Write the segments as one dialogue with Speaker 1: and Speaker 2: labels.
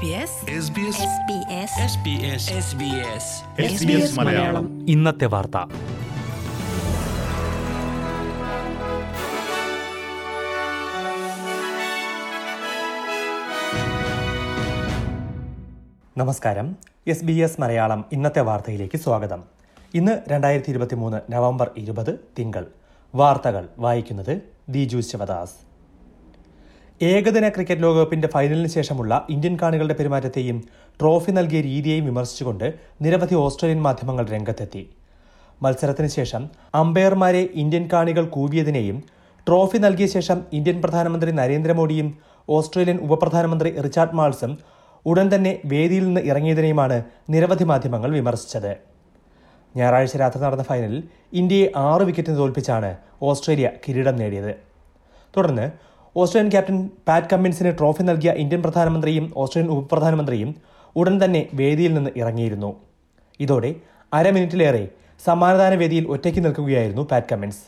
Speaker 1: SBS
Speaker 2: SBS Malayalam
Speaker 3: ഇന്നത്തെ വാർത്ത
Speaker 4: നമസ്കാരം എസ് ബി എസ് മലയാളം ഇന്നത്തെ വാർത്തയിലേക്ക് സ്വാഗതം ഇന്ന് രണ്ടായിരത്തി ഇരുപത്തി മൂന്ന് നവംബർ ഇരുപത് തിങ്കൾ വാർത്തകൾ വായിക്കുന്നത് ദിജു ശിവദാസ് ഏകദിന ക്രിക്കറ്റ് ലോകകപ്പിന്റെ ഫൈനലിന് ശേഷമുള്ള ഇന്ത്യൻ കാണികളുടെ പെരുമാറ്റത്തെയും ട്രോഫി നൽകിയ രീതിയെയും വിമർശിച്ചുകൊണ്ട് നിരവധി ഓസ്ട്രേലിയൻ മാധ്യമങ്ങൾ രംഗത്തെത്തി മത്സരത്തിന് ശേഷം അമ്പയർമാരെ ഇന്ത്യൻ കാണികൾ കൂവിയതിനെയും ട്രോഫി നൽകിയ ശേഷം ഇന്ത്യൻ പ്രധാനമന്ത്രി നരേന്ദ്രമോദിയും ഓസ്ട്രേലിയൻ ഉപപ്രധാനമന്ത്രി റിച്ചാർഡ് മാൾസും ഉടൻ തന്നെ വേദിയിൽ നിന്ന് ഇറങ്ങിയതിനെയുമാണ് നിരവധി മാധ്യമങ്ങൾ വിമർശിച്ചത് ഞായറാഴ്ച രാത്രി നടന്ന ഫൈനലിൽ ഇന്ത്യയെ ആറ് വിക്കറ്റിന് തോൽപ്പിച്ചാണ് ഓസ്ട്രേലിയ കിരീടം നേടിയത് തുടർന്ന് ഓസ്ട്രേലിയൻ ക്യാപ്റ്റൻ പാറ്റ് കമ്മിൻസിന് ട്രോഫി നൽകിയ ഇന്ത്യൻ പ്രധാനമന്ത്രിയും ഓസ്ട്രേലിയൻ ഉപപ്രധാനമന്ത്രിയും ഉടൻ തന്നെ വേദിയിൽ നിന്ന് ഇറങ്ങിയിരുന്നു ഇതോടെ അര മിനിറ്റിലേറെ സമ്മാനദാന വേദിയിൽ ഒറ്റയ്ക്ക് നിൽക്കുകയായിരുന്നു പാറ്റ് കമ്മിൻസ്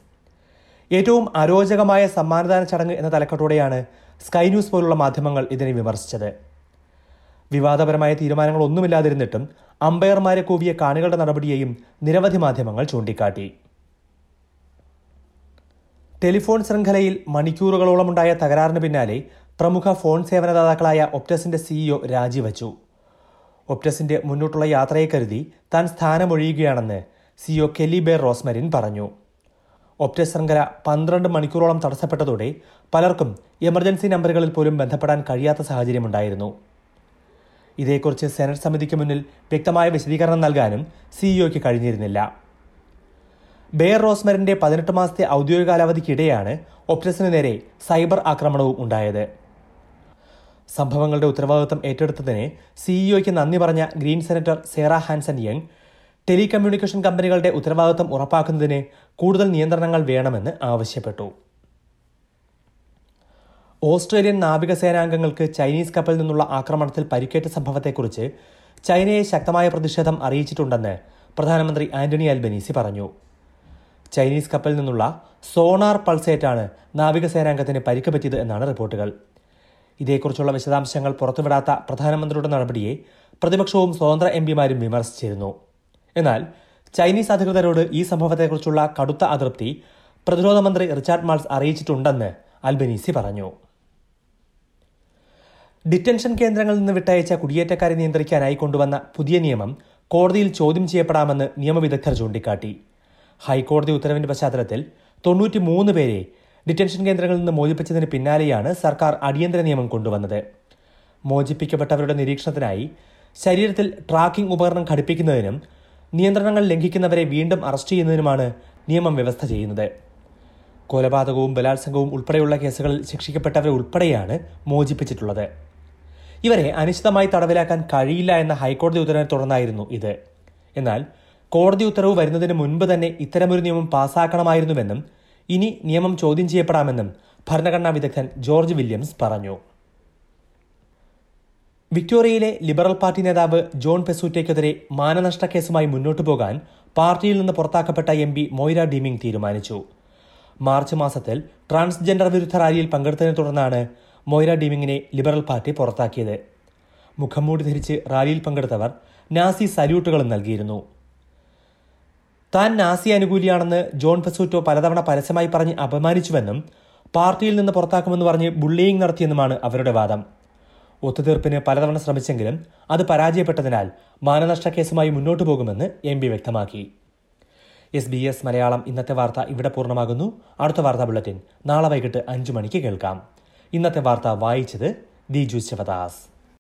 Speaker 4: ഏറ്റവും അരോചകമായ സമ്മാനദാന ചടങ്ങ് എന്ന തലക്കെട്ടോടെയാണ് സ്കൈ ന്യൂസ് പോലുള്ള മാധ്യമങ്ങൾ ഇതിനെ വിമർശിച്ചത് വിവാദപരമായ തീരുമാനങ്ങളൊന്നുമില്ലാതിരുന്നിട്ടും അമ്പയർമാരെ കൂവിയ കാണികളുടെ നടപടിയെയും നിരവധി മാധ്യമങ്ങൾ ചൂണ്ടിക്കാട്ടി ടെലിഫോൺ ശൃംഖലയിൽ മണിക്കൂറുകളോളമുണ്ടായ തകരാറിന് പിന്നാലെ പ്രമുഖ ഫോൺ സേവനദാതാക്കളായ ഒപ്റ്റസിന്റെ സിഇഒ രാജിവച്ചു ഒപ്റ്റസിന്റെ മുന്നോട്ടുള്ള യാത്രയെ കരുതി താൻ സ്ഥാനമൊഴിയുകയാണെന്ന് സിഇഒ കെലി ബേർ റോസ്മരിൻ പറഞ്ഞു ഒപ്റ്റസ് ശൃംഖല പന്ത്രണ്ട് മണിക്കൂറോളം തടസ്സപ്പെട്ടതോടെ പലർക്കും എമർജൻസി നമ്പറുകളിൽ പോലും ബന്ധപ്പെടാൻ കഴിയാത്ത സാഹചര്യമുണ്ടായിരുന്നു ഇതേക്കുറിച്ച് സെനറ്റ് സമിതിക്ക് മുന്നിൽ വ്യക്തമായ വിശദീകരണം നൽകാനും സിഇഒയ്ക്ക് കഴിഞ്ഞിരുന്നില്ല ബെയർ റോസ്മറിന്റെ പതിനെട്ട് മാസത്തെ ഔദ്യോഗിക കാലാവധിക്കിടെയാണ് ഒപ്റ്റസിന് നേരെ സൈബർ ആക്രമണവും ഉണ്ടായത് സംഭവങ്ങളുടെ ഉത്തരവാദിത്വം ഏറ്റെടുത്തതിന് സിഇഒയ്ക്ക് നന്ദി പറഞ്ഞ green senator Sarah Hanson Young telecommunication കമ്പനികളുടെ ഉത്തരവാദിത്വം ഉറപ്പാക്കുന്നതിന് കൂടുതൽ നിയന്ത്രണങ്ങൾ വേണമെന്ന് ആവശ്യപ്പെട്ടു ഓസ്ട്രേലിയൻ നാവികസേനാംഗങ്ങൾക്ക് ചൈനീസ് കപ്പലിൽ നിന്നുള്ള ആക്രമണത്തിൽ പരിക്കേറ്റ സംഭവത്തെക്കുറിച്ച് ചൈനയെ ശക്തമായ പ്രതിഷേധം അറിയിച്ചിട്ടുണ്ടെന്ന് പ്രധാനമന്ത്രി ആന്റണി അൽബനീസി പറഞ്ഞു ചൈനീസ് കപ്പലിൽ നിന്നുള്ള സോണാർ പൾസേറ്റാണ് നാവികസേനാംഗത്തിന് പരിക്ക് പറ്റിയത് എന്നാണ് റിപ്പോർട്ടുകൾ ഇതേക്കുറിച്ചുള്ള വിശദാംശങ്ങൾ പുറത്തുവിടാത്ത പ്രധാനമന്ത്രിയുടെ നടപടിയെ പ്രതിപക്ഷവും സ്വതന്ത്ര എം പിമാരും വിമർശിച്ചിരുന്നു എന്നാൽ ചൈനീസ് അധികൃതരോട് ഈ സംഭവത്തെക്കുറിച്ചുള്ള കടുത്ത അതൃപ്തി പ്രതിരോധ മന്ത്രി റിച്ചാർഡ് മാൾസ് അറിയിച്ചിട്ടുണ്ടെന്ന് അൽബനീസി പറഞ്ഞു ഡിറ്റൻഷൻ കേന്ദ്രങ്ങളിൽ നിന്ന് വിട്ടയച്ച കുടിയേറ്റക്കാരെ നിയന്ത്രിക്കാനായി കൊണ്ടുവന്ന പുതിയ നിയമം കോടതിയിൽ ചോദ്യം ചെയ്യപ്പെടാമെന്ന് നിയമവിദഗ്ധർ ചൂണ്ടിക്കാട്ടി ഹൈക്കോടതി ഉത്തരവിന്റെ പശ്ചാത്തലത്തിൽ തൊണ്ണൂറ്റി മൂന്ന് പേരെ ഡിറ്റൻഷൻ കേന്ദ്രങ്ങളിൽ നിന്ന് മോചിപ്പിച്ചതിന് പിന്നാലെയാണ് സർക്കാർ അടിയന്തര നിയമം കൊണ്ടുവന്നത് മോചിപ്പിക്കപ്പെട്ടവരുടെ നിരീക്ഷണത്തിനായി ശരീരത്തിൽ ട്രാക്കിംഗ് ഉപകരണം ഘടിപ്പിക്കുന്നതിനും നിയന്ത്രണങ്ങൾ ലംഘിക്കുന്നവരെ വീണ്ടും അറസ്റ്റ് ചെയ്യുന്നതിനുമാണ് നിയമം വ്യവസ്ഥ ചെയ്യുന്നത് കൊലപാതകവും ബലാത്സംഗവും ഉൾപ്പെടെയുള്ള കേസുകളിൽ ശിക്ഷിക്കപ്പെട്ടവരെ ഉൾപ്പെടെയാണ് മോചിപ്പിച്ചിട്ടുള്ളത് ഇവരെ അനിശ്ചിതമായി തടവിലാക്കാൻ കഴിയില്ല എന്ന ഹൈക്കോടതി ഉത്തരവിനെ തുടർന്നായിരുന്നു ഇത് എന്നാൽ കോടതി ഉത്തരവ് വരുന്നതിന് മുൻപ് തന്നെ ഇത്തരമൊരു നിയമം പാസാക്കണമായിരുന്നുവെന്നും ഇനി നിയമം ചോദ്യം ചെയ്യപ്പെടാമെന്നും ഭരണഘടനാ വിദഗ്ധൻ ജോർജ് വില്യംസ് പറഞ്ഞു വിക്ടോറിയയിലെ ലിബറൽ പാർട്ടി നേതാവ് ജോൺ പെസൂറ്റയ്ക്കെതിരെ മാനനഷ്ട കേസുമായി മുന്നോട്ടു പോകാൻ പാർട്ടിയിൽ നിന്ന് പുറത്താക്കപ്പെട്ട എം പി മൊയ്ര ഡീമിംഗ് തീരുമാനിച്ചു മാർച്ച് മാസത്തിൽ ട്രാൻസ്ജെൻഡർ വിരുദ്ധ റാലിയിൽ പങ്കെടുത്തതിനെ തുടർന്നാണ് മൊയ്ര ഡീമിങ്ങിനെ ലിബറൽ പാർട്ടി പുറത്താക്കിയത് മുഖംമൂടി ധരിച്ച് റാലിയിൽ പങ്കെടുത്തവർ നാസി സല്യൂട്ടുകളും നൽകിയിരുന്നു താൻ നാസി അനുകൂലിയാണെന്ന് ജോൺ പെസൂറ്റോ പലതവണ പരസ്യമായി പറഞ്ഞ് അപമാനിച്ചുവെന്നും പാർട്ടിയിൽ നിന്ന് പുറത്താക്കുമെന്ന് പറഞ്ഞ് ബുള്ളിയിങ് നടത്തിയെന്നുമാണ് അവരുടെ വാദം ഒത്തുതീർപ്പിന് പലതവണ ശ്രമിച്ചെങ്കിലും അത് പരാജയപ്പെട്ടതിനാൽ മാനനഷ്ട കേസുമായി മുന്നോട്ടു പോകുമെന്ന് എം വ്യക്തമാക്കി എസ് ബി എസ് മലയാളം ഇന്നത്തെ വാർത്ത ഇവിടെ പൂർണ്ണമാകുന്നു അടുത്ത വാർത്താ ബുള്ളറ്റിൻ നാളെ വൈകിട്ട് അഞ്ചു മണിക്ക് കേൾക്കാം ഇന്നത്തെ വാർത്ത വായിച്ചത് ദിജു ശിവദാസ്